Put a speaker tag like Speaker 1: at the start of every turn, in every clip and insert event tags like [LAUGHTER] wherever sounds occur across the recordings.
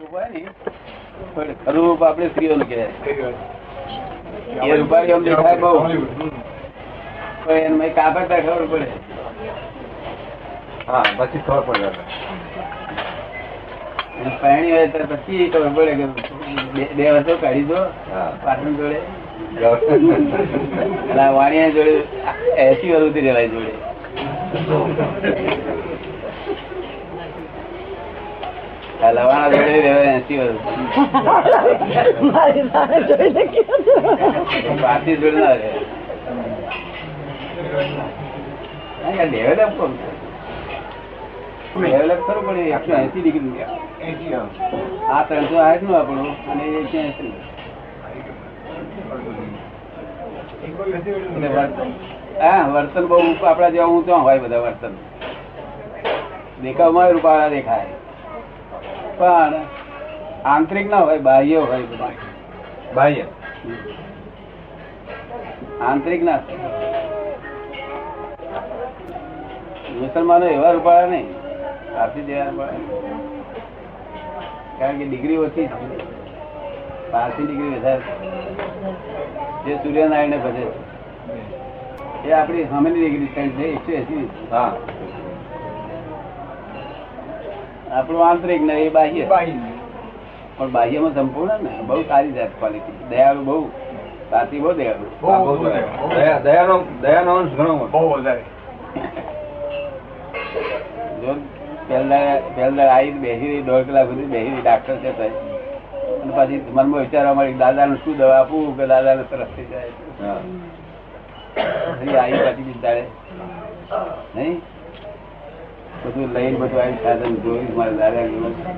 Speaker 1: રૂપાળી, પણ ખરું રૂપ આપણે સ્ત્રીઓનું કહેવાય. એ રૂપાળી આમ દેખાય બહુ. પણ એને મેં કાપડતા ખબર પડે.
Speaker 2: હા Ah, પછી ખબર પડે
Speaker 1: અને પરણી હોય તો પછી ખબર પડે કે બે- બે વર્ષો કાઢી દો
Speaker 2: હા.
Speaker 1: પાટણ જોડે અને આ વાણિયા જોડે એસી વર્ષ ઉતરી રહેવાય જોડે આ લવાણા જોડે રહેવાય એસી વર્ષ
Speaker 3: મારી સામે જોઈને કીધું.
Speaker 1: પારસી જોડે ના રહે ડેવલપ કોણ ડેવલપ કરો પણ એ એકસો એસી ડિગ્રી આ ત્રણસો આઠ નું આપણું અને એ એકસો એસી એટલે વર્તન હા વર્તન બહુ આપડા જેવા હું ત્યાં હોય બધા વર્તન દેખાવમાં રૂપાળા દેખાય પણ આંતરિક ના હોય બાહ્ય હોય બધા
Speaker 2: બાહ્ય
Speaker 1: આંતરિક ના થાય. મુસલમાનો એવા રૂપાળા નહીં પારસી જેવા રૂપાળા નહીં. કારણ કે ડિગ્રી ઓછી છે પારસી ડિગ્રી વધારે છે. જે સૂર્યનારાયણ ભજે છે એ આપણી સામેની ડિગ્રી સાઈડ છે એકસો એસી
Speaker 2: હા
Speaker 1: આપણું આંતરિક ને એ બાહ્ય પણ બાહ્યમાં સંપૂર્ણ ને બહુ સારી જાત ક્વોલિટી દયાળુ બહુ પારસી બહુ દયાળુ
Speaker 2: આ બહુ દયા- દયા- દયાનો દયાનો અંશ ઘણો મોટો
Speaker 1: જો પહેલા પહેલા આવી બેસી રહી દોઢ કલાક સુધી બેસી રહી ડાક્ટર છે તોય. અને પછી મનમાં વિચારવા મળી દાદાને શું દવા આપું કે દાદાને સરસ થઈ જાય
Speaker 2: હા.
Speaker 1: પછી આવી પાછી બિચારે નહીં બધું લઈને બધું આવી સાધન જોયું મારા દાદા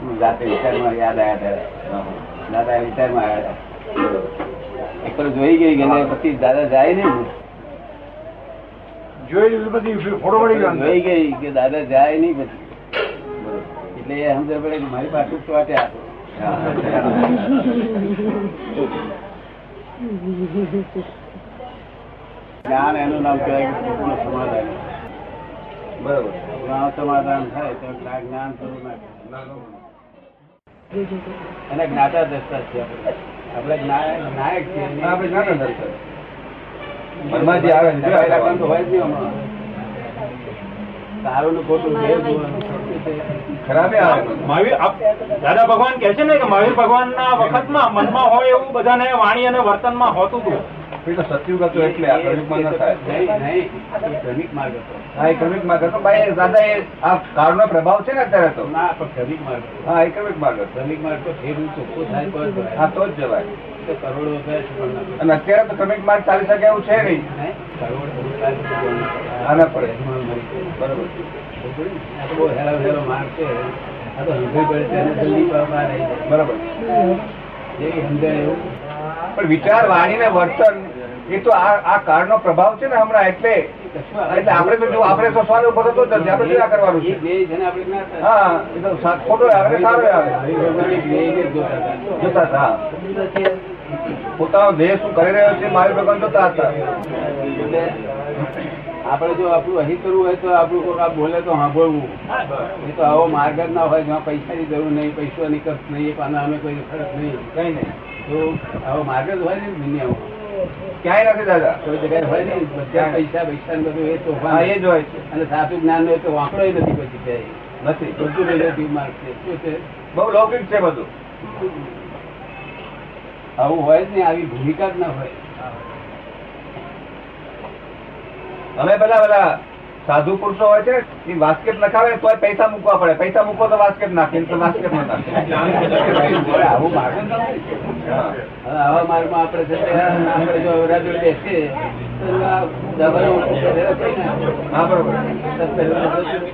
Speaker 1: હું જાતે વિચારમાં યાદ આવ્યા ત્યારે
Speaker 2: હા.
Speaker 1: દાદા વિચારમાં આવ્યા હતા એક વાર જોઈ ગઈ કે પછી દાદા જાય નહીં જોઈ ગઈ કે દાદા જાય નહીં પછી એટલે એ સમજણ પડે કે મારી પાસે શું વાટ્યા છે. જ્ઞાન એનું નામ કહેવાય કે સુખનું સમાધાન
Speaker 2: બરોબર
Speaker 1: ના સમાધાન થાય તો આ જ્ઞાન શરૂ ના કહેવાય. એના જ્ઞાતા દ્રષ્ટા છીએ આપણે. આપણે જ્ઞા- નાયક છીએ.
Speaker 2: હા, આપણે જ્ઞાતા દ્રષ્ટા. મનમાં જે આવે છે.
Speaker 1: ભાઈ રાખવાનું તો હોય જ નહીં હમણાં. સારું ને ખોટું બે જોવાનું.
Speaker 2: ખરાબે આવે
Speaker 4: મહાવીર આપ- દાદા ભગવાન કે છે ને કે મહાવીર ભગવાન ના વખત માં મનમાં હોય એવું બધાને વાણી અને વર્તન માં હોતું હતું
Speaker 2: એ તો સતયુગ હતો એટલે આ ક્રમિકમાં ન થાય
Speaker 1: નહીં, નહીં. એ ક્રમિક માર્ગ હતો.
Speaker 2: હા એ ક્રમિકમાં હતો. પણ એ દાદા એ આ કાળનો પ્રભાવ છે ને અત્યારે તો
Speaker 1: ના, પણ ક્રમિક માર્ગ હતો.
Speaker 2: હા એ ક્રમિક માર્ગ હતો.
Speaker 1: ક્રમિક માર્ગ તો ફેરવું ચોખ્ખું થાય તો જ
Speaker 2: હા
Speaker 1: ભરાય.
Speaker 2: તો જ જવાય
Speaker 1: તો કરોડો થાય છે પણ ના ભરાય.
Speaker 2: અને અત્યારે તો ક્રમિક માર્ગ ચાલી શકે એવું છે નહીં
Speaker 1: હે? કરોડ થાય છે પણ ના ભરાય.
Speaker 2: હા, ના પડે.
Speaker 1: એમાં મરી જાય.
Speaker 2: બરોબર
Speaker 1: આ તો બહુ હેરાન હેરાન માણસ છે. આ તો હંગરી પડે છે એને જલ્દી પામવા રહી જાય.
Speaker 2: બરોબર
Speaker 1: જેવી સમજાય એવું.
Speaker 2: પણ વિચાર વાણી ને વર્તન એ તો આ આ કાળનો પ્રભાવ છે ને હમણાં એટલે
Speaker 1: કશું
Speaker 2: એટલે આપણે તો જો આપણે તો સવાલ ઉભો થતો જ નથી આપણે શું આ કરવાનું
Speaker 1: એ
Speaker 2: છે
Speaker 1: ધ્યેય છે ને આપણે ના થાય.
Speaker 2: હા એ તો સા- ખોટો આવે ને સારો આવે
Speaker 1: હરિ ભગવાન એ ધ્યેયને જ જોતા હતા.
Speaker 2: જોતા હતા હા. પોતાનો દેહ શું કરી રહ્યો છે મારી ભગવાન જોતા હતા
Speaker 1: એટલે આપણે જો આપણું અહીં કરવું હોય તો આપણું કોઈ આ બોલે તો સાંભળવું એ તો આવો માર્ગ જ ના હોય જેમાં પૈસાની જરૂર નહીં પૈસાની ખર્ચ નહીં એક આના અમે કોઈ ખર્ચ નહીં
Speaker 2: કઈ નહીં
Speaker 1: તો આવો માર્ગ જ હોય ને દુનિયામાં
Speaker 2: ક્યાંય નથી દાદા
Speaker 1: કોઈ જગ્યાએ હોય ને બધા પૈસા પૈસા ને બધું એ
Speaker 2: હા
Speaker 1: તોફાન
Speaker 2: એ જ હોય છે
Speaker 1: અને સાચું જ્ઞાન હોય તો વાંકડો નથી પછી છે
Speaker 2: નથી
Speaker 1: બધું relative માર્ગ છે શું છે
Speaker 2: બહુ લૌકિક છે બધું
Speaker 1: આવું હોય જ નહીં આવી ભૂમિકા જ ના હોય
Speaker 2: અમે પેલા પેલા સાધુ પુરુષો હોય છે ને, એ વાસ્કેટ લખાવે તો પૈસા મૂકવા પડે પૈસા મૂકો તો વાસ્કેટ નાખે નહીં તો વાસ્કેટ ન
Speaker 1: પણ
Speaker 2: નાખે
Speaker 1: આવું માર્ગ જ ના હોય
Speaker 2: હા.
Speaker 1: હવે આવા માર્ગમાં આપણે છે તે આપણે જો અવરાજુ બેસીએ તો આ દબાણ ઓછું કરે છે ને.
Speaker 2: હા બરોબર
Speaker 1: તો પહેલા તો શું?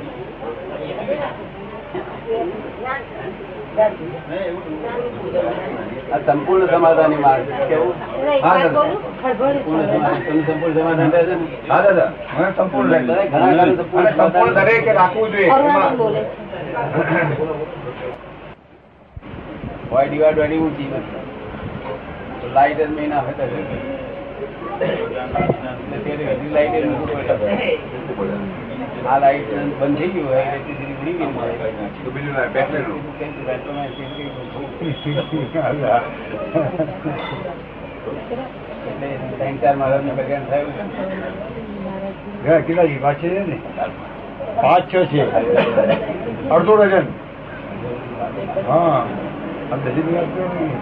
Speaker 1: આ સંપૂર્ણ સમાધાની માર્ગ છે. કેવું
Speaker 2: હા, દાદા.
Speaker 3: ખળભળી
Speaker 1: સંપૂર્ણ
Speaker 3: છે.
Speaker 1: સમાધાન તમને સંપૂર્ણ સમાધાન રહે છે ને?
Speaker 2: હા દાદા મને સંપૂર્ણ લાગ્યું.
Speaker 1: ઘણા ઘણા સંપૂર્ણ
Speaker 2: અને સંપૂર્ણ
Speaker 1: સમાધાન.
Speaker 2: દરેકે રાખવું જોઈએ
Speaker 3: અરુણાબેન
Speaker 2: એમાં
Speaker 3: બોલે છે.
Speaker 1: હોય ડિવાઇડ વાળી ઊંચી લાઇટ જ મેં ના હોય તો જશે. એટલે ત્યારે હજી લાઇટ એ ઊંચું પડે. આ લાઈટ બંધ થઈ ગયું હોય electricity ઉડી ગઈ હોય.
Speaker 4: તો બીજું ના, બેટરીનું.
Speaker 1: કંઈક બેટરીમાં electricity એટલે ત્રણ ચાર માણસને બગાડ થયું
Speaker 2: ઘણા કેટલા છે પાંચ છે ને
Speaker 1: છે.
Speaker 2: પાંચ છ છે અડધો ડઝન હા આ બધી જ વાત કરો ને.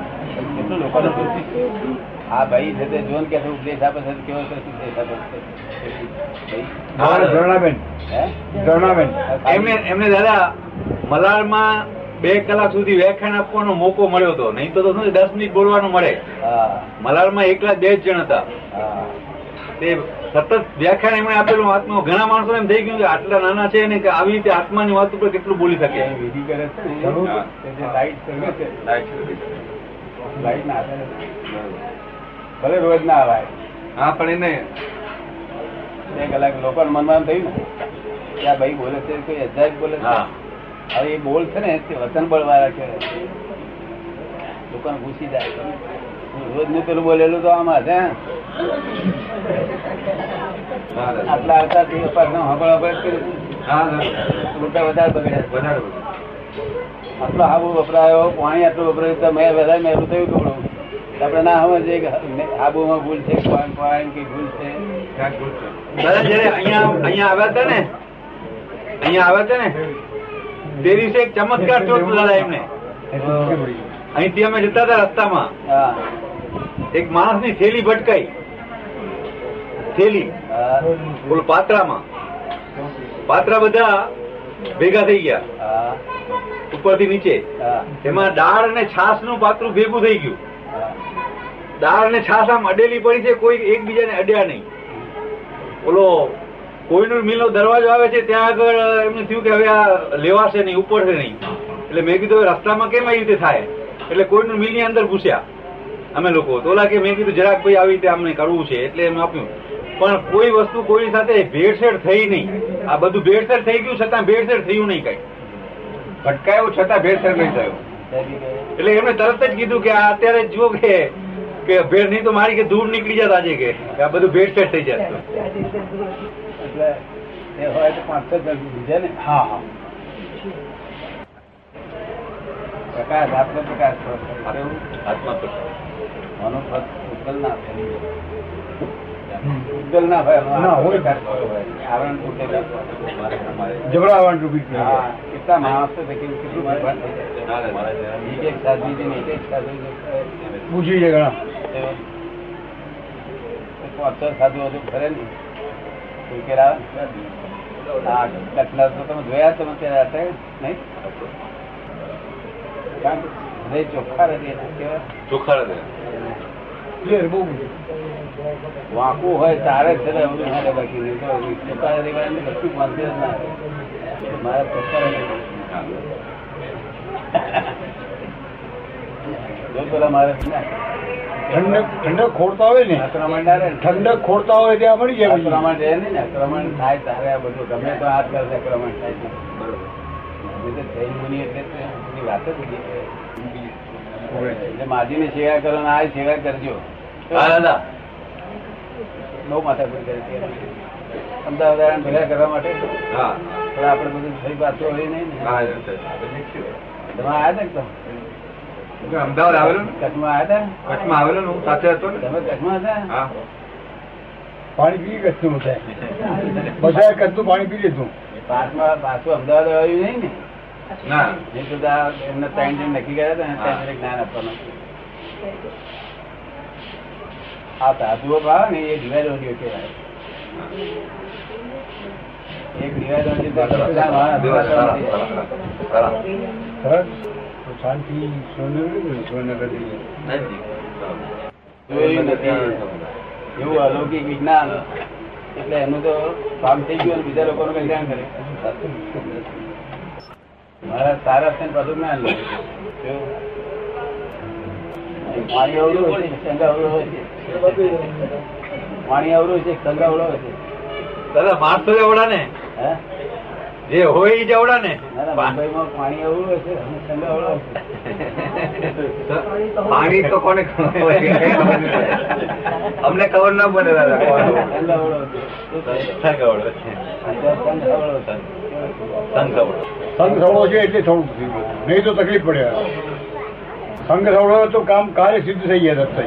Speaker 1: કેટલું લોકોને પૂછ્યું. આ ભાઈ છે તે જોન કે ઉપદેશ આપે છે કેવો છે ઉપદેશ આપે છે ભાઈ,
Speaker 2: મારે ઝરણાબેન
Speaker 1: હે?
Speaker 2: ઝરણાબેન
Speaker 4: એમને એમને દાદા મલાડમાં બે કલાક સુધી વ્યાખ્યાન આપવાનો મોકો મળ્યો હતો નહીં તો તો શું છે, દસ મિનિટ બોલવાનું મળે
Speaker 1: હા
Speaker 4: મલાડમાં એકલા બે જ જણ હતા
Speaker 1: હા
Speaker 4: તે સતત વ્યાખ્યાન એમણે આપેલું આત્મા ઘણા માણસો એમ થઈ ગયું કે આટલા નાના છે ને કે આવી રીતે આત્માની વાત ઉપર કેટલું બોલી શકે
Speaker 1: ક્યાંય વિધિ કરે છે ને,
Speaker 2: જરૂર.
Speaker 1: તે જે લાઈટ સળગે છે લાઈટ ના આવે ભલે રોજ ના આવે
Speaker 4: હા પણ એને
Speaker 1: બે કલાક લોકો મનમાં એમ થયું ને કે આ ભાઈ બોલે છે કોઈ અજાયબ બોલે છે
Speaker 4: હા
Speaker 1: હવે એ બોલ છે ને તે વતન બળવાળા છે લોકોને ઘૂસી જાય રોજ નું પેલું બોલેલું તો આમાં છે હે?
Speaker 4: હા દાદા.
Speaker 1: આટલા આવતા તે ઉપાસના હંભળ હંભળ જ કર્યું.
Speaker 4: હા દાદા.
Speaker 1: રૂપિયા વધારે બગડ્યા
Speaker 4: વધારે બોલો.
Speaker 1: આટલો હાબુ વપરાયો પાણી આટલું વપરાયું તો મેં વધારે મહેલું થયું થોડું આપણે ના સમજીએ કે આબુમાં ભૂલ છે પાણી પાણી કે ભૂલ છે
Speaker 4: ક્યાંક ભૂલ છે. દાદા જયારે અહીંયા અહીંયા આવ્યા હતા ને અહીંયા આવ્યા હતા ને તે દિવસે એક ચમત્કાર થયો હતો દાદા એમને અહીંથી અમે જતા હતા રસ્તામાં
Speaker 1: હા
Speaker 4: એક માણસની થેલી ભટકાઈ થેલી
Speaker 1: હા
Speaker 4: ઓલું પાત્રામાં પાત્રા બધા ભેગા થઈ ગયા
Speaker 1: હા
Speaker 4: ઉપરથી નીચે
Speaker 1: હા
Speaker 4: તેમાં દાળ અને છાસ નું પાત્રું ભેગું થઈ ગયું
Speaker 1: હા.
Speaker 4: દાળ અને છાસ આમ અડેલી પડી છે કોઈ એકબીજાને અડ્યા નહીં ઓલો કોઈનો મિલનો દરવાજો આવે છે ત્યાં આગળ એમને થયું કે હવે આ લેવાશે નહીં ઉપડશે નહીં એટલે મેં કીધું હવે રસ્તામાં કેમ આવી રીતે થાય એટલે કોઈનું મિલની અંદર ઘૂસ્યા અમે લોકો તો ઓલા કે મેં કીધું જરાક ભાઈ આવી રીતે અમને કરવું છે એટલે એમ આપ્યું પણ કોઈ વસ્તુ કોઈ સાથે ભેળસેળ થઈ નહીં આ બધું ભેળસેળ થઈ ગયું છતાં ભેળસેળ થયું નહીં કઈ ભટકાયું છતાં ભેળસેળ નહીં થયું
Speaker 1: થઈ ગયું.
Speaker 4: એટલે એમણે તરત જ કીધું કે આ અત્યારે જુઓ કે કે ભેળ નહીં તો મારી કે ધૂળ નીકળી જાત આજે કે કે આ બધું ભેળસેળ થઈ જાત
Speaker 1: એટલે એ હોય તો પાંચસો જ ગણું બીજે ને
Speaker 2: હા હા
Speaker 1: પ્રકાશ આપનો પ્રકાશ થયો. અરે એવું
Speaker 4: આત્મા પ્રસાદ.
Speaker 1: આનો ફક્ત ઉદ્ગલ ના થાય ઉદ્ગલ ના હોય આનો
Speaker 2: ના
Speaker 1: આનો
Speaker 2: હોય.
Speaker 1: પ્રકાશ થયો હોય. આવરણ તૂટે ના હોય. તમારે તમારે.
Speaker 2: જબરાવાન ટૂંકી થઈ
Speaker 1: હા,
Speaker 2: ગયા.
Speaker 1: કેટલા માણસો છે, કેટલું- કેટલું ભગવાન થઈ જાય.
Speaker 4: ના, ના, મારા જેવા
Speaker 1: એક એક સાધુજી ને એક એક સાધુજી ફરે.
Speaker 2: પૂછી છે ઘણા
Speaker 1: એ પાંચ છ સાધુઓ તો ફરે ને. કોઈ ઘેર આવે ને? આ લખનાર તો તમે જોયા તમે ત્યારે હતા નહીં કારણ કે હૃદય ચોખ્ખા હૃદય ના કેવા
Speaker 4: ચોખ્ખા હૃદય.
Speaker 2: ક્લિયર બહુ બધું.
Speaker 1: વાંકું હોય તારે જ છે ને એવું ના રે બાકી નહીં તો પોતાના રહેવાનું કશું માનતી જ ના હોય. મારા પોતાના રહેવાનું. જો પેલા મારે ના.
Speaker 2: ઠંડક ઠંડક ખોરતા હોય ને
Speaker 1: આક્રમણ ના રહે ને.
Speaker 2: ઠંડક ખોરતા હોય ત્યાં મળી જાય પછી.
Speaker 1: આક્રમણ રહે નહીં ને. આક્રમણ થાય તારે આ બધું ગમે તો હાથ કરે આક્રમણ થાય છે. નહીં તો જૈન મુનિ એટલે તો એની વાત જ બીજી છે. એટલે માજીની સેવા કરો ને આ સેવા કરજો
Speaker 4: હા, દાદા.
Speaker 1: બહુ માથાકૂટ કરે છે અમદાવાદ વાળાને ભેગા કરવા માટે
Speaker 4: હા.
Speaker 1: પણ આપણે બધું થઈ પાછું હોય નહીં ને
Speaker 4: હા, દાદા.
Speaker 1: તમે આવ્યા હતા ને તમે?
Speaker 4: હું અમદાવાદ આવેલો ને
Speaker 1: કચ્છમાં આવ્યા
Speaker 4: કચ્છમાં આવેલો ને હું સાથે હતો ને
Speaker 1: હતા તમે કચ્છમાં હતા
Speaker 4: હા
Speaker 2: પાણી પી કચ્છનું બધા બધા કચ્છનું પાણી પી લીધું
Speaker 1: પાછમાં પાછું અમદાવાદ આવ્યું નહીં ને
Speaker 4: ના
Speaker 1: નહીં તો આ એમને ત્રણ જણ નક્કી કર્યા હતા ને
Speaker 4: હા.
Speaker 1: ત્યાં જણે જ્ઞાન આપવાનું આ સાધુઓ ભાવ ને એ દિવાળીઓ કહેવાય એક દિવાળીઓ
Speaker 2: સરસ તો શાંતિ સોનગર સોનગર જઈએ
Speaker 1: જોયું નથી એવું અલૌકિક વિજ્ઞાન એટલે એનું તો કામ થઈ ગયું અને બીજા લોકોનું કલ્યાણ કરે મારા સારા છે ને બધું ના લે કેવું? પાણી અવળું હોય છે, સંઘ અવળો હોય છે. પાણી અવળું છે સંઘ અવળો હોય છે
Speaker 4: દાદા માણસો જવડા ને
Speaker 1: હે?
Speaker 4: જે હોય એ જવડા ને
Speaker 1: ના, ના, મુંબઈમાં પાણી અવળું હોય છે અને સંઘ અવળો હોય છે.
Speaker 4: પાણી તો કોને ખબર હોય? અમને ખબર ના પડે દાદા
Speaker 1: સંઘ અવળો હોય છે. શું થાય?
Speaker 4: ખબર હોય.
Speaker 1: અત્યારે સંઘ સવળો છે.
Speaker 2: સંઘ સવડો
Speaker 5: સંઘ સવળો છે એટલે થોડુંક થઈ ગયું નહીં તો તકલીફ પડે સંઘ સવળો હોય તો કામ કાર્ય સિદ્ધ થઈ ગયા દત્ત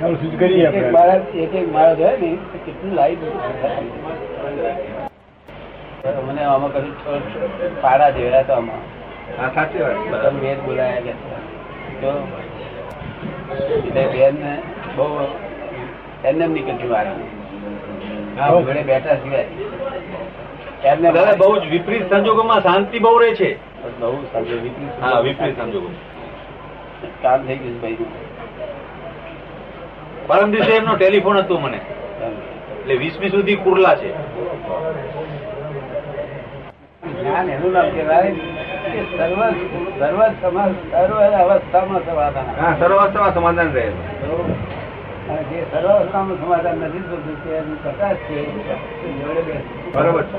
Speaker 5: ચાલો સિદ્ધ કરીએ
Speaker 1: એક એક
Speaker 5: આપણે
Speaker 1: માણસ એક એક માણસ હોય ને તો કેટલું લાઈટ મને આમાં કશું છો- પાડા જેવડા તો આમાં
Speaker 2: આ સાચી
Speaker 1: બધા
Speaker 2: વાત
Speaker 1: બેન બોલાયા કે તો એટલે બેનને બહુ એમને એમ નીકળતી મારી આ ઘરે બેઠા સિવાય એમને
Speaker 2: દાદા બહુ જ વિપરીત સંજોગોમાં શાંતિ બહુ રહે છે
Speaker 1: બહુ સમજે વિપરીત
Speaker 2: હા વિપરીત સંજોગો
Speaker 1: કામ થઈ ગયું ભાઈ
Speaker 2: પરમ દિવસે એમનો ટેલિફોન હતો મને એટલે વીસમી સુધી કુર્લા છે
Speaker 1: જ્ઞાન એનું નામ કહેવાય કે સર્વ સર્વ સમાજ સર્વ અવસ્થામાં સમાધાન
Speaker 2: હા સર્વાસ્તમાં સમાધાન રહે
Speaker 1: તો અને જે સર્વ અવસ્થામાં સમાધાન નથી થતું તે એનું પ્રકાશ છે તે જોડે બેસે.
Speaker 2: બરોબર છે.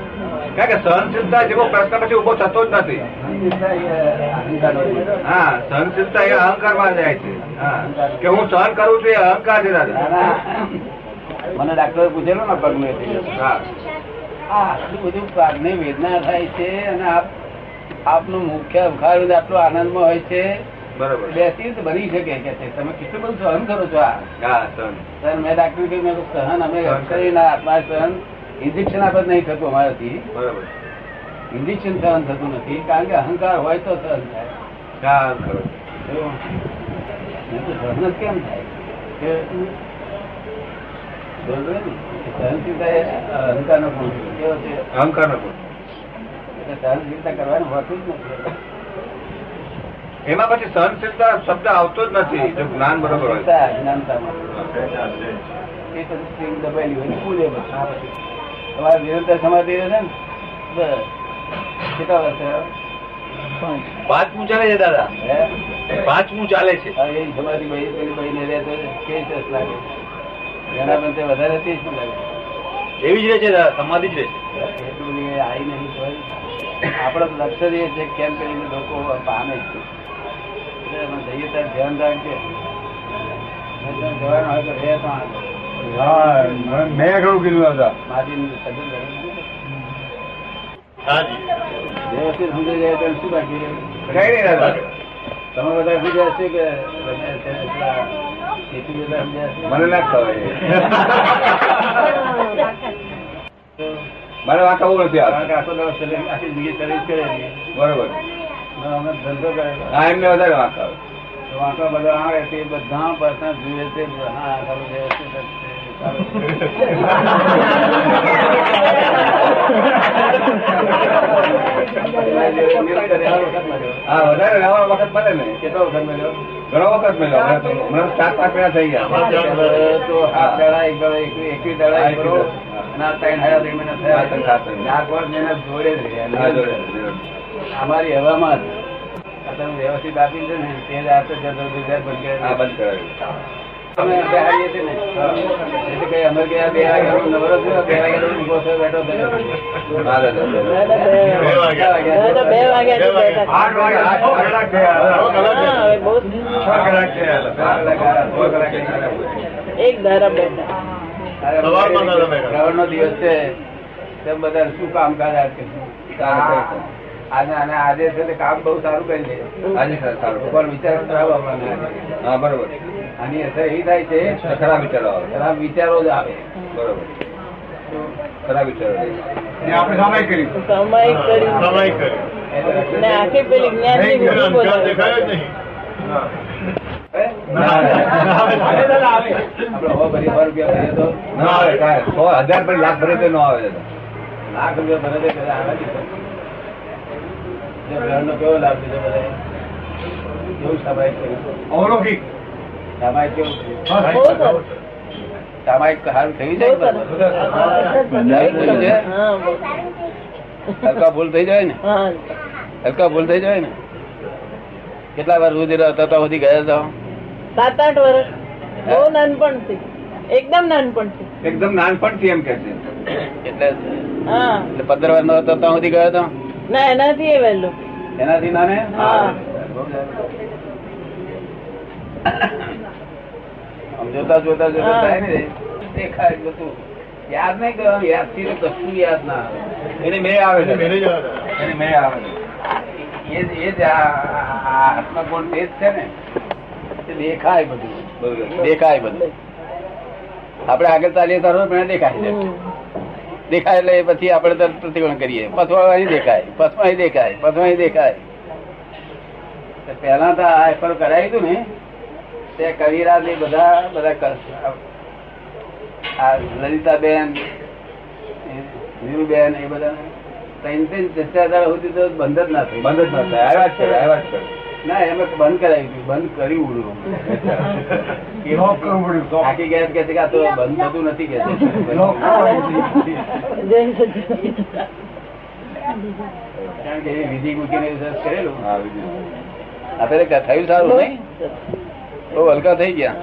Speaker 2: કારણ કે સહનશીલતા જેવો પ્રશ્ન પછી ઉભો થતો જ નથી
Speaker 1: હંમેશા એ અહંકાર હોય છે.
Speaker 2: હા સહનશીલતા એ અહંકારમાં જાય છે હા કે હું સહન કરું છું એ અહંકાર છે દાદા
Speaker 1: નાના- મને ડાક્ટરે પૂછેલો ને પગનું એટલે
Speaker 2: હા
Speaker 1: આ આટલું બધું પ્રાગની વેદના થાય છે અને આપ આપનું મુખ્ય અવખાર આટલો આનંદમાં હોય છે
Speaker 2: બરોબર
Speaker 1: બેસી જ બની શકે કે છે તમે કેટલું બધું સહન કરો છો આ
Speaker 2: હા સહન
Speaker 1: સર મેં ડાક્ટર કહ્યું મેં કહ્યું, સહન અમે શરીરના આત્મા સહન ઇન્જેક્શન આપણે નહીં થતું અમારાથી
Speaker 2: બરોબર
Speaker 1: ઇન્જેક્શન સહન થતું નથી કારણ કે અહંકાર હોય તો સહન થાય
Speaker 2: હા અહંકાર
Speaker 1: જો, નહીં તો સહન જ કેમ થાય કે બરોબર ને? સહનશીલતા એ અહંકારનો ગુણ છે. કેવો છે
Speaker 2: અહંકાર નો
Speaker 1: એટલે સહનશીલતા કરવાનું હોતું જ નથી
Speaker 2: એમાં પછી સહનશીલતા શબ્દ આવતો જ નથી જો જ્ઞાન બરોબર હોય
Speaker 1: સહનશીલતા અજ્ઞાનતામાં. એ તો સ્ટ્રીંગ દબાયેલી હોય ને ફૂલે બસ. તમારે નિરંતર સમાધિ રહેશે ને બસ કેટલા વર્ષે
Speaker 2: પાંચમું ચાલે છે દાદા
Speaker 1: હે?
Speaker 2: પાંચમું ચાલે છે
Speaker 1: હવે એ સમાધિ બહી- પેલી બહીને રહે તો કેવી સરસ લાગે એના બનતે વધારે તે શું લાગે
Speaker 2: એવી જ રહે છે દાદા સમાધિ જ રહે છે
Speaker 1: એટલું એ આઈ નહીં હોય આપણો તો લક્ષ્ય જ એ છે કે કેમ કરીને લોકો પામે છે એટલે અમે જઈએ ત્યારે ધ્યાન રાખજે નહીંતર જવાનું હોય તો રહે તો આગળ.
Speaker 5: હા મેં- મેં ઘણું કીધું હતા
Speaker 1: મારી સગન રહે છે.
Speaker 2: હાજી
Speaker 1: વ્યવસ્થિત સમજાઈ જાય તો શું બાકી રહે?
Speaker 2: કઈ નહીં દાદા
Speaker 1: તમે બધા સમજ્યા છે કે તમે પેલા ખેતી બધા સમજ્યા છે?
Speaker 2: મને ના ખબર
Speaker 1: તો
Speaker 2: મને વાત ખબર નથી
Speaker 1: કારણ
Speaker 2: આવતી
Speaker 1: કે આખો દાડો સર્વિસ- આખી જિંદગી સર્વિસ કરેલી.
Speaker 2: બરોબર
Speaker 1: અને અમે ધંધો કરેલો.
Speaker 2: હા એમને વધારે વાત આવે
Speaker 1: તો વાંકો બધો આવે તે બધા person જુએ છે કે હા, સારું વ્યવસ્થિત
Speaker 2: [LAUGHS]
Speaker 1: જ છે, સારું છે. મેં જોયું, નિરંતર ચાર વખત મળ્યો.
Speaker 2: હા વધારે નવા વખત મળે ને
Speaker 1: કેટલો વખત મળ્યો
Speaker 2: ઘણો વખત મળ્યો મને તો- મને તો ચાર પાંચ મહિના થઈ ગયા
Speaker 1: તો હાથ દાડા એક દાડા એક- એકવીસ દાડા એક કરો. અને આ ત્રણ હાડા ત્રણ મહિના
Speaker 2: હા, ત્રણ
Speaker 1: થયા.
Speaker 2: હાડા ત્રણ.
Speaker 1: આ કોર્સ જેના જોડે જ રહ્યા.
Speaker 2: હા, જોડે, જોડે.
Speaker 1: અમારી હવામાં જ. આ તમે વ્યવસ્થિત આપી છે ને તે જ આ તો જતો ગુજરાત બંધ કરી
Speaker 2: હા
Speaker 1: દીધું.
Speaker 2: બંધ કરાવ્યું
Speaker 1: અમે બેહાડીએ છીએ ને. એટલે કઈ અમે ગયા બે વાગ્યાનો નવરો થયો, બે વાગ્યાનો ઊભો થયો, બેઠો થયો.
Speaker 2: હા દાદા
Speaker 3: ના,
Speaker 2: દાદા.
Speaker 3: ના, બે ના, ના, બે વાગ્યા થી બેઠા છે.
Speaker 5: આઠ વાગે આઠ કલાક
Speaker 3: હા, હવે બહુ જ
Speaker 5: છ કલાક થયા
Speaker 1: બાર લગાડા, સોળ કલાક થઈ ગયા.
Speaker 3: એક ધારા બેઠા
Speaker 1: અરે, શ્રાવણનો દિવસ છે તેમ બધા શું કામકાજ આ છે?
Speaker 2: સારું, સારું.
Speaker 1: અને અને આજે છે તે કામ બહુ સારું કરી દે
Speaker 2: આજે સર સારું
Speaker 1: પણ વિચાર ખરાબ આપણને આવે.
Speaker 2: હા બરોબર
Speaker 1: આની અસર એ થાય છે
Speaker 2: ખરાબ વિચારો આવે
Speaker 1: ખરાબ વિચારો જ આવે
Speaker 2: બરોબર ખરાબ વિચારો આવે.
Speaker 5: આપણે સામાયિક કર્યું
Speaker 3: સમય કરી ને આખી પેલી જ્ઞાન ની વૃત્તિ બોલાવી
Speaker 1: હે?
Speaker 2: ના, ના, ના.
Speaker 1: આપણે હો ભરી સો રૂપિયા ભરીએ તો
Speaker 2: ના આવે કાંઈ. સો હજાર પર લાખ ભરે તો ન આવે દાદા
Speaker 1: લાખ રૂપિયા ભરે તો કદાચ આવે નહીં. જે ગ્રહણનો કેવો લાભ લીધો બધાએ? કેવું સામાયિક કર્યું?
Speaker 5: અવલોકિત
Speaker 1: સામાયિક કેવું થયું?
Speaker 3: બહુ સરસ
Speaker 1: સામાયિક સારું થયું છે
Speaker 3: બહુ
Speaker 1: ને બધું?
Speaker 3: સરસ હા બહુ.
Speaker 1: હલકા ભૂલ થઈ જાય ને
Speaker 3: હા
Speaker 1: હલકા ભૂલ થઈ જાય ને કેટલા વાર સુધી રહ્યા હતા સુધી ગયા હતા
Speaker 3: સાત આઠ વર્ષ બહુ નાનપણથી એકદમ નાનપણથી
Speaker 2: એકદમ નાનપણથી એમ કે છે
Speaker 1: એટલે
Speaker 3: હા
Speaker 1: એટલે પંદર વાર નો હતા ત્યાં સુધી ગયા હતા
Speaker 3: ના એનાથી એ વહેલું
Speaker 1: એનાથી નાને
Speaker 3: હા.
Speaker 1: આમ જોતા જોતા જોતા
Speaker 3: હા.
Speaker 1: થાય ને દેખાય બધું યાદ નહીં કરવાનું યાદ થી તો કશું યાદ ના આવે.
Speaker 2: એની મેં આવે
Speaker 5: એટલે
Speaker 2: છે
Speaker 5: મેરેજ આવ્યા હતા.
Speaker 2: એની મેં આવે છે
Speaker 1: એ જ એ જ આ- આ- આ આત્મગુણ તે જ છે ને તે દેખાય બધું
Speaker 2: બરોબર.
Speaker 1: દેખાય બધું આપણે આગળ ચાલીએ તારો પણ દેખાય છે દેખાય એટલે પછી આપણે તરત પ્રતિકોણ કરીએ પથવા અહીં દેખાય પથવા અહીં દેખાય પથવા અહીં દેખાય તો પહેલા તો આ એફર કરાવી હતું ને તે કવિરાજ એ બધા બધા કર- આ લલિતાબેન એ નીરુબેન એ બધા ત્રણ ત્રણ ચર્ચા દાડા સુધી તો બંધ જ ના થઈ
Speaker 2: બંધ જ ન થાય આવ્યા જ કરે આવ્યા જ કરે
Speaker 1: ના એમ બંધ કરાવી હતી બંધ કરી ઉડ્યું
Speaker 5: લોક કરવું પડ્યું, લોક.
Speaker 1: આખી ગેસ કે છે કે આ તો બંધ થતું નથી કે છે.
Speaker 5: લોક કરવું પડ્યું.
Speaker 1: કારણ કે એવી વિધિ મૂકીને research કરેલું
Speaker 2: હા બીજું
Speaker 1: આપણે ક- થયું સારું નહીં બહુ હલકા થઈ ગયા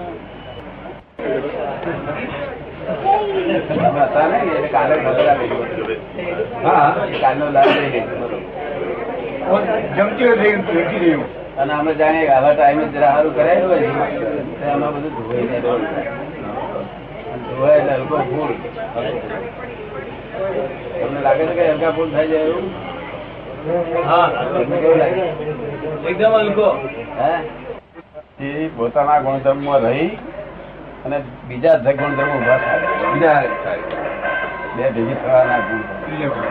Speaker 1: તમે હતા નહીં ને, એટલે કાલે ખબર આવી.
Speaker 2: હા
Speaker 1: કાલનો લાભ લઈ લેજો.
Speaker 5: જમતી હોય તો એક બેઠી રહ્યું.
Speaker 1: અને અમે જાણીએ કે આવા ટાઈમે જરા સારું કરાયેલું હોય ને, તો એમાં બધું ધોવાઈ જાય. અને ધોવાય એટલે હલકો ફૂલ તમને લાગે છે કે હલકા ફૂલ થઈ જાય એવું
Speaker 4: Ah,
Speaker 1: તમને કેવું લાગે
Speaker 2: એકદમ હલકો
Speaker 1: એ પોતાના ગુણધર્મમાં રહી અને બીજા જ ગુણધર્મો ઉભા થાય બીજા બે ભેગી થવાના ગુણધર્મો.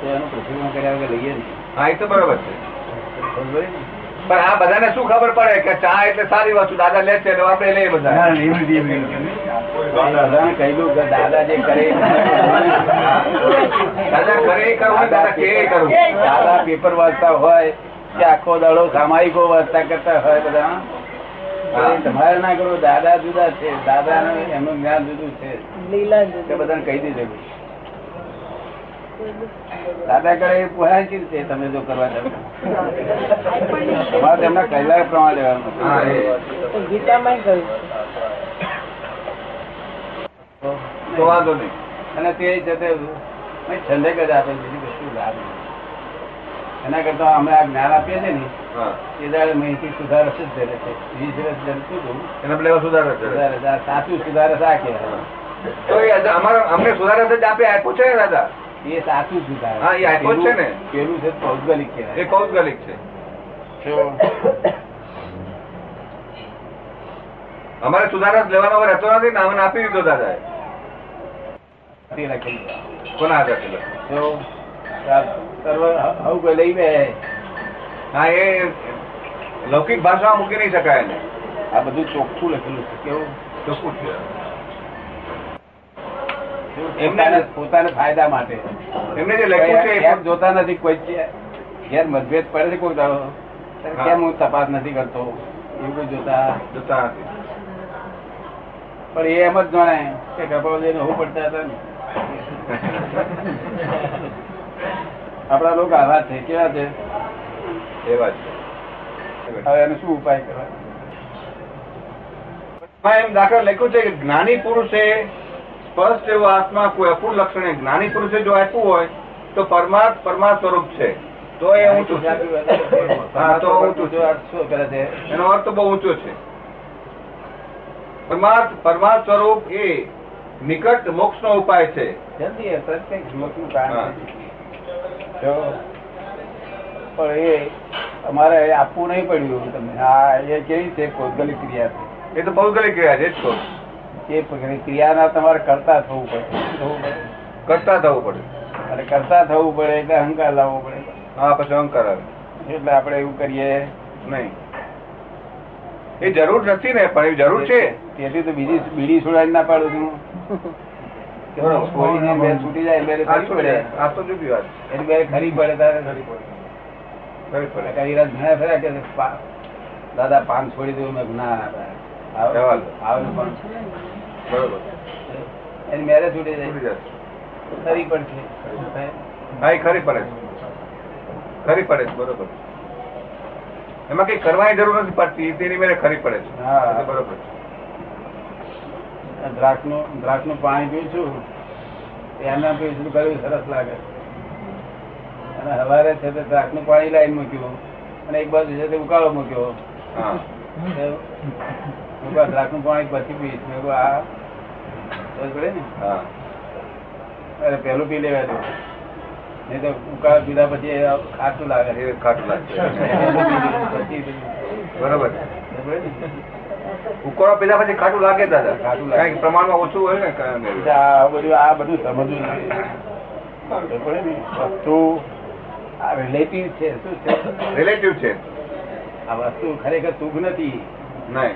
Speaker 1: તો એનું પ્રતિક્રમણ કર્યા વગર લઈએ નહીં.
Speaker 2: હા એ તો બરોબર છે
Speaker 1: સમજ પડી ને?
Speaker 2: પણ આ બધાને શું ખબર પડે કે ચા એટલે સારી વસ્તુ દાદા લે છે તો આપણે લઈએ
Speaker 5: ના,
Speaker 2: બધા
Speaker 5: ના, એવી રીતે, એવી રીતે.
Speaker 1: દાદાને કહેલું કે દાદા જે કરે એ કરવાનું.
Speaker 2: દાદા કરે એ કરવું દાદા કે એ કરવું
Speaker 1: દાદા પેપર વાંચતા હોય કે આખો દાડો સામાયિકો વાંચતા કરતા હોય બધા
Speaker 2: હા.
Speaker 1: એ તમારે ના કરવું દાદા જુદા છે દાદા એમનું જ્ઞાન જુદું છે
Speaker 3: લીલા
Speaker 1: તે બધાને કહી દીધું દાદા કરે એ પુરાય ચીજ છે તમે જો કરવા જાઓ તમારે તેમના કહેલા પ્રમાણે
Speaker 2: હા એ.
Speaker 1: લેવાનું
Speaker 3: ગીતામાં કહ્યું
Speaker 2: તો વાંધો નહીં
Speaker 1: અને તે જતે ભાઈ ઠંડક જ આપે બીજું કશું લાભ નહીં એના કરતા અમે આ જ્ઞાન આપીએ છે ને
Speaker 2: હા
Speaker 1: એ દાડે મહિતી સુધારસ જ ધરે છે વીસ વર્ષ જમતું હતું
Speaker 2: એને આપણે એવા સુધારો જ જોઈએ.
Speaker 1: સુધારસ આ સાચું સુધારસ આ કહેવાય
Speaker 2: તો એ દાદા અમારો અમને સુધારા જ આપે આપ્યો છે ને દાદા
Speaker 1: એ સાચું સુધારસ
Speaker 2: હા, એ આપ્યો જ છે ને.
Speaker 1: પેલું- પેલું છે ભૌગોલિક
Speaker 2: એ
Speaker 1: કહેવાય
Speaker 2: કૌતગલિક છે અમારે સુધારા જ લેવાનો હવે રહેતો નથી ને અમને આપી દીધો દાદા
Speaker 1: તે લખેલું.
Speaker 2: કોના આધાર છે
Speaker 1: જો આ સર્વ હવ કોઈ લઈ બે
Speaker 2: હા એ લૌકિક ભાષામાં મૂકી નહીં શકાય એને
Speaker 1: આ બધું ચોખ્ખું લખેલું છે કેવું
Speaker 2: તો શું છે
Speaker 1: એમને પોતાના ફાયદા માટે
Speaker 2: એમને જે લખ્યું છે એ
Speaker 1: એમ
Speaker 2: પણ-
Speaker 1: જોતા નથી કોઈ જે- ઘેર મતભેદ પડે છે કોઈ દાડો ત્યારે કેમ હું તપાસ નથી કરતો એવું કોઈ જોતા
Speaker 2: જોતા નથી
Speaker 1: પણ એ એમ જ જણાય કે ગભરાજીને હું પડતા હતા ને [LAUGHS] આપણા લોકો આવા છે કેવા છે
Speaker 2: એવા છે
Speaker 1: હવે એનો શું ઉપાય કરવા
Speaker 2: હા, એમ દાખલ લખ્યું છે કે જ્ઞાની પુરુષે સ્પષ્ટ એવો આત્મા કોઈ અપૂર્ણ લક્ષણે જ્ઞાની પુરુષે જો આપ્યું હોય તો પરમાર્થ પરમાર્થ સ્વરૂપ છે તો એ ઊંચું છે હા, તો ઊંચું છે.
Speaker 1: શું કરે છે
Speaker 2: એનો અર્થ બહુ ઊંચો છે પરમાર્થ પરમાર્થ સ્વરૂપ એ નિકટ મોક્ષનો ઉપાય છે
Speaker 1: જલ્દી એ પ્રત્યેક શ્લોકનું કારણ
Speaker 2: હા.
Speaker 1: છે. જો. પણ એ અમારે આપવું નહીં પડ્યું તમને આ એ કેવી છે ભૌગોલિક ક્રિયા છે
Speaker 2: એ તો બહુ ગલી ક્રિયા છે એ જ તો.
Speaker 1: એ પ્રકારની ક્રિયાના તમારે કરતા થવું પડે થવું પડે.
Speaker 2: કરતા થવું પડે
Speaker 1: અને કરતા થવું પડે એટલે અહંકાર લાવવો પડે
Speaker 2: હા પછી અહંકાર આવે
Speaker 1: એટલે આપણે એવું કરીએ
Speaker 2: નહીં એ જરૂર નથી ને પણ એ જરૂર છે
Speaker 1: તેથી તો બીજી બીડી છોડાવી ના પાડું છું કે છોડીને બે છૂટી જાય એટલે
Speaker 2: આ
Speaker 1: ખરી
Speaker 2: શું
Speaker 1: પડે
Speaker 2: છે? આ તો જુદી વાત છે.
Speaker 1: એટલે બે ખરી પડે તારે ખરી
Speaker 2: ખરી પડે.
Speaker 1: પડે કવિરાજ ઘણા ખરા કે પા- દાદા પાન છોડી દેવું મેં ના ના પાડે.
Speaker 2: જવાલ.
Speaker 1: આવ- આવને પણ
Speaker 2: બરોબર
Speaker 1: એની મેરેજ છૂટી
Speaker 2: જુદી
Speaker 1: જાય
Speaker 2: વાત છે.
Speaker 1: ખરી પડશે
Speaker 2: હા એ ખરી પડે છે ખરી પડે છે બરોબર એમાં કઈ કરવાની જરૂર નથી પડતી તેની મેરે ખરી પડે છે
Speaker 1: હા.
Speaker 2: એ તો બરોબર છે.
Speaker 1: દ્રાક્ષ નું દ્રાક્ષ નું પાણી પીવું છું એમના પીવું છું કર્યું સરસ લાગે અને સવારે છે તે દ્રાક્ષ નું પાણી લાઈન મૂક્યું અને એક બાજુ છે તે ઉકાળો મૂક્યો
Speaker 2: હા
Speaker 1: તો હું કહું, દ્રાક્ષ નું પાણી પછી પીશ મેં કહ્યું, આ ખબર પડે ને
Speaker 2: હા
Speaker 1: અરે પહેલું પી લેવા દો નહીં તો ઉકાળો પીધા પછી ખાટું લાગે
Speaker 2: એ ખાટું લાગે
Speaker 1: પછી બધું
Speaker 2: બરોબર
Speaker 1: ખબર પડે ને?
Speaker 2: ઉકોળો પીધા પછી ખાટું લાગે દાદા
Speaker 1: ખાટું લાગે.
Speaker 2: કાંઈક પ્રમાણમાં ઓછું હોય ને કાંઈ.
Speaker 1: એટલે આ બધું આ બધું સમજવું જોઈએ ખબર પડે ને? વસ્તુ આ રિલેટિવ છે શું છે
Speaker 2: રિલેટિવ છે
Speaker 1: આ વસ્તુ ખરેખર સુખ નથી
Speaker 2: નહીં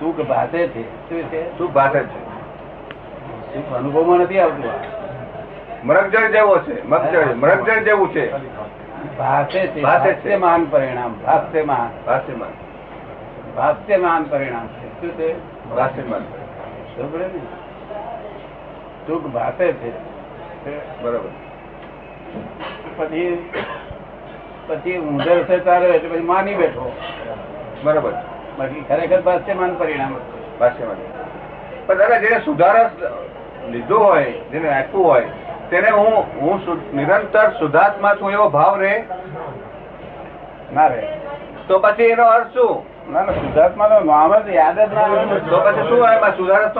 Speaker 1: સુખ ભાષે છે શું છે
Speaker 2: શું ભાષા છે
Speaker 1: સુખ અનુભવમાં નથી આવતું આ.
Speaker 2: મરગજળ જેવો છે મગજળ મરગજળ જેવું છે
Speaker 1: ભાષે છે
Speaker 2: ભાષે છે.
Speaker 1: ભાષ્યમાન પરિણામ ભાષ્યમાન
Speaker 2: ભાષીમાં
Speaker 1: ભાષ્યમાન પરિણામ છે શું છે
Speaker 2: ભાષીમાં
Speaker 1: ખબર પડે ને? સુખ ભાષે છે
Speaker 2: બરોબર
Speaker 1: પછી પછી ઊંધર છે તારે એટલે પછી માની બેઠો
Speaker 2: બરોબર
Speaker 1: બાકી ખરેખર ભાષ્યમાન પરિણામ હતું.
Speaker 2: ભાષામાં પણ દાદા જેને સુધારસ લીધો હોય જેને આપ્યું હોય તેને હું હું સુ- નિરંતર સુધાર્થમાં છું એવો ભાવ રહે
Speaker 1: ના રે
Speaker 2: તો પછી એનો અર્થ શું
Speaker 1: ના ના શુદ્ધાત્માનો નામ જ યાદ જ ના આવે.
Speaker 2: તો પછી શું એમાં સુધારસ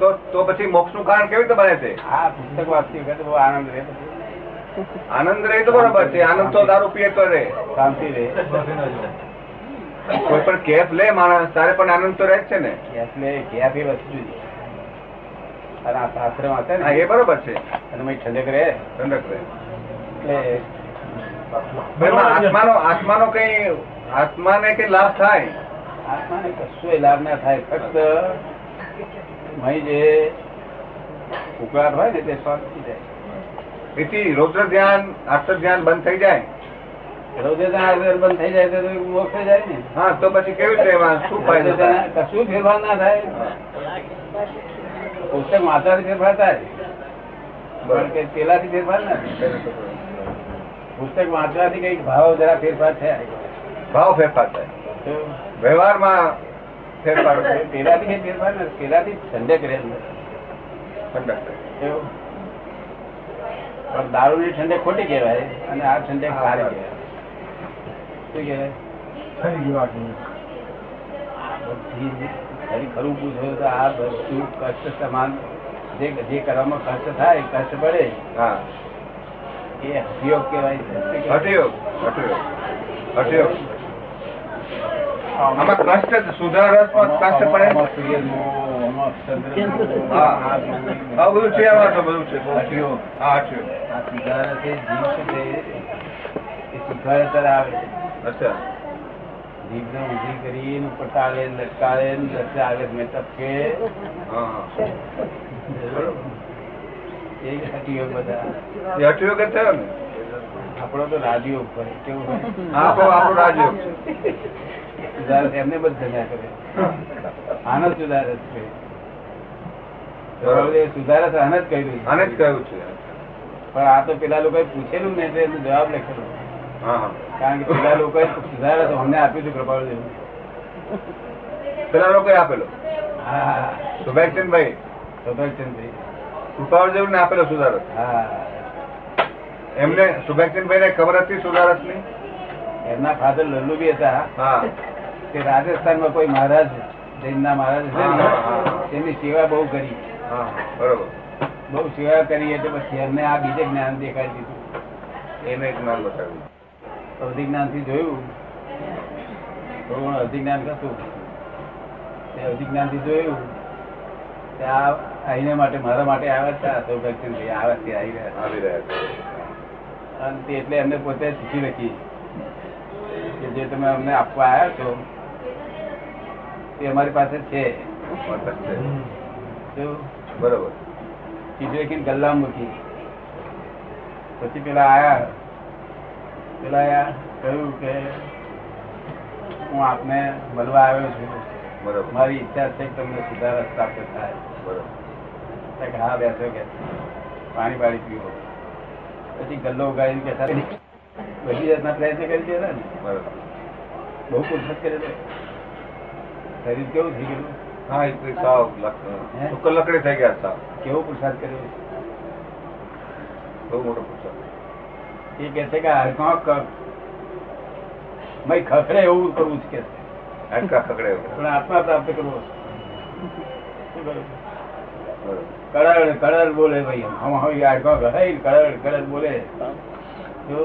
Speaker 2: તો તો પછી મોક્ષનું કારણ કેવી રીતે બને છે
Speaker 1: આ પુસ્તક વાંચતી વખતે બહુ આનંદ રહે
Speaker 2: આનંદ રહે તો બરોબર છે આનંદ તો દારૂ પીએ તો રહે
Speaker 1: શાંતિ રહે
Speaker 2: કોઈ પણ કેફ લે માણસ તારે પણ આનંદ તો રહે જ છે ને
Speaker 1: એટલે ગેપ એ વસ્તુ જ. અને આ શાસ્ત્ર વાંચે
Speaker 2: હા એ
Speaker 1: ને
Speaker 2: બરોબર છે
Speaker 1: અને એમાં ઠંડક રહે
Speaker 2: ઠંડક રહે
Speaker 1: એટલે
Speaker 2: એમાં આત્માનો આત્માનો કઈ આત્માને કઈ લાભ થાય
Speaker 1: આત્માને કશો લાભ ના થાય ફક્ત મય જે ઉકળાટ હોય ને તે શાંત થઈ જાય
Speaker 2: એથી રૌદ્ર ધ્યાન આત્મ ધ્યાન બંધ થઈ જાય
Speaker 1: હૃદયના આગળ બંધ થઈ જાય તો મોક્ષ થઈ જાય ને
Speaker 2: હા તો પછી કેવી રીતે એમાં શું ફાયદો થાય
Speaker 1: હૃદયના કશું ફેરફાર ના થાય પુસ્તક વાંચવાથી ફેરફાર થાય પણ કે પેલાથી ફેરફાર ના થાય પુસ્તક વાંચવાથી કઈક ભાવ જરા ફેરફાર થયા
Speaker 2: ભાવ ફેરફાર થાય
Speaker 1: તો
Speaker 2: વ્યવહારમાં ફેરફાર થાય.
Speaker 1: પેલાથી કઈ ફેરફાર નથી પેલાથી ઠંડક રહે અંદર.
Speaker 2: ઠંડક થાય.
Speaker 1: તો પણ દારૂની ઠંડક ખોટી કહેવાય અને આ ઠંડક સારી કહેવાય શું કહેવાય બધી ખરી ખરું પૂછો તો આ બધું કષ્ટ સમાન જે જે કરવામાં કષ્ટ થાય કષ્ટ પડે
Speaker 2: હા
Speaker 1: એ હઠયોગ કહેવાય છે. શું કહેવાય?
Speaker 2: હઠયોગ હઠયોગ હઠયોગ આમાં કષ્ટ સુધારસમાં કષ્ટ પડે
Speaker 1: આમાં સૂર્યનો, આમાં ચંદ્રનો,
Speaker 2: હા.
Speaker 1: આમાં
Speaker 2: આ બધું છે આમાં તો બધું છે
Speaker 1: હઠયોગ.
Speaker 2: હા હઠયોગ
Speaker 1: આ સુધારા છે જીભ છે એ સુધારતર આવે
Speaker 2: અચ્છા
Speaker 1: જીભને ઊંધી કરીને પટાળે ને લટકાળે ને રસ્તે આગળ મેં તપકે
Speaker 2: હા હા
Speaker 1: એ હઠયોગ બધા
Speaker 2: એ હઠયોગ જ થયો ને
Speaker 1: આપણો તો રાજયોગ હોય કેવું હોય
Speaker 2: હા તો આપણો રાજયોગ છે
Speaker 1: સુધારસ એમને બધા ધંધા કરે આનંદ સુધારસ છે બરોબર, એ સુધારસ આને જ કર્યું છે.
Speaker 2: આને જ કહ્યું છે
Speaker 1: પણ આ તો પેલા લોકોએ પૂછેલું ને એટલે એનો જવાબ લખેલો
Speaker 2: હા હા
Speaker 1: કારણ કે પેલા લોકોએ સુધારસ અમને આપ્યું હતું કૃપાળુ
Speaker 2: પેલા લોકોએ આપેલો
Speaker 1: હા
Speaker 2: સુભાષચંદભાઈ
Speaker 1: સૌભાગ્યચંદ્રજી.
Speaker 2: કૃપાળદેવ ને આપેલો સુધારસ
Speaker 1: હા
Speaker 2: એમને સુભાષચંદભાઈ ને ખબર હતી સુધારસ ની
Speaker 1: એમના ફાધર લલ્લુ બી હતા
Speaker 2: હા
Speaker 1: કે રાજસ્થાનમાં કોઈ મહારાજ જૈનના મહારાજ છે ને,
Speaker 2: હા, હા, હા.
Speaker 1: તેમની સેવા બહુ કરી
Speaker 2: હા બરોબર
Speaker 1: બહુ સેવા કરી એટલે પછી એમને આ બીજે જ્ઞાન દેખાડી દીધું
Speaker 2: એને એક નામ બતાવ્યું
Speaker 1: અવધિ જ્ઞાનથી જોયું થોડું ઘણું અવધિ જ્ઞાન હતું તે અવધિ જ્ઞાનથી જોયું કે આ આઈને માટે મારા માટે આવે છે આ સૌભાગ્યચંદ્ર આવે છે આવી રહ્યા
Speaker 2: આવી રહ્યા છે
Speaker 1: છે. અને તે એટલે એમને પોતે ચીઠી લખી કે જે તમે અમને આપવા આવ્યા છો તે અમારી પાસે છે
Speaker 2: મતલબ છે.
Speaker 1: જો
Speaker 2: બરોબર
Speaker 1: ચીજરેખી ગલ્લા મૂકી પછી પેલા આયા પેલા આયા કહ્યું કે હું આપને મળવા આવ્યો છું
Speaker 2: બરોબર
Speaker 1: મારી ઈચ્છા છે કે તમને સીધા રસ્તા પર થાય
Speaker 2: બરોબર
Speaker 1: તો કે હા બેસો કે પાણી પાણી પીવો પછી ગલ્લો ઉગાડીને બેઠા રહી. બધી જાતના પ્રયત્ન કરી દેતા ને
Speaker 2: બરોબર
Speaker 1: બહુ પુરસાદ કરેલો શરીર કેવું થઈ ગયેલું
Speaker 2: હા એ તો સાવ
Speaker 1: હે?
Speaker 2: સુકર લકડી થઈ ગયા સાવ
Speaker 1: કેવો પુરસાદ કર્યો
Speaker 2: બહુ મોટો પુસ્તક
Speaker 1: એ કે છે કે હરખો ક- મય ખખડે એવું કરવું જ કે છે.
Speaker 2: આટકા ખકડે
Speaker 1: પણ આત્મા પ્રાપ્ત કરવો છે. શું કરું? કડર કડર બોલે ભાઈ આમ હવે આડકો ગહાઈ કડર કડર બોલે જો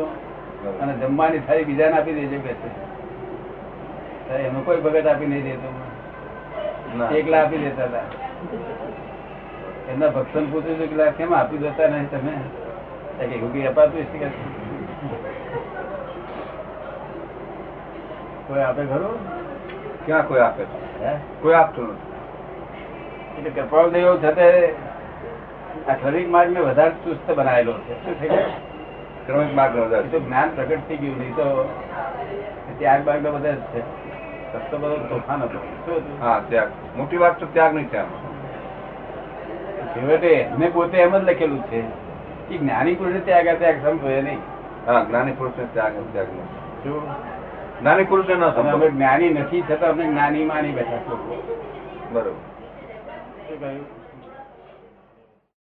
Speaker 1: અને જમવાની થાળી બીજાને આપી દેજો કે છે તારે એનો કોઈ ભગત આપી નહીં દેતો એકલા આપી દેતા હતા એમના ભક્તન પૂછ્યું હતું કે લા, કેમ આપી દેતા નહીં તમે તો કે એવું કંઈ અપાતું હશે કે કોઈ આપે ખરું
Speaker 2: ક્યાં કોઈ આપે
Speaker 1: હે
Speaker 2: કોઈ આપતું નથી
Speaker 1: એટલે કૃપાળદેવ એવું થતે આ શ્રમિક માર્ગ ને વધારે ચુસ્ત બનાવેલો છે શું છે કે?
Speaker 2: શ્રમિક માર્ગ
Speaker 1: એ તો જ્ઞાન પ્રગટ થઈ ગયું નહીં તો ત્યાગ બાગ તો બધા જ છે રસ્તો બધો તોફાન હતો શું હતું?
Speaker 2: હા ત્યાગ મોટી વાત તો ત્યાગ નહીં ત્યાગ
Speaker 1: છેવટે એમને પોતે એમ જ લખેલું છે કે જ્ઞાની પુરુષ ત્યાગ આ ત્યાગ સમજે નહીં
Speaker 2: હા જ્ઞાની પુરુષને ત્યાગ નહીં, ત્યાગ નહીં
Speaker 1: શું?
Speaker 2: જ્ઞાની પુરુષને ન
Speaker 1: અને અમે
Speaker 2: સંભળાય.
Speaker 1: જ્ઞાની નથી છતાં અમને જ્ઞાની માની બેઠા લોકો
Speaker 2: બરોબર
Speaker 1: શું કહ્યું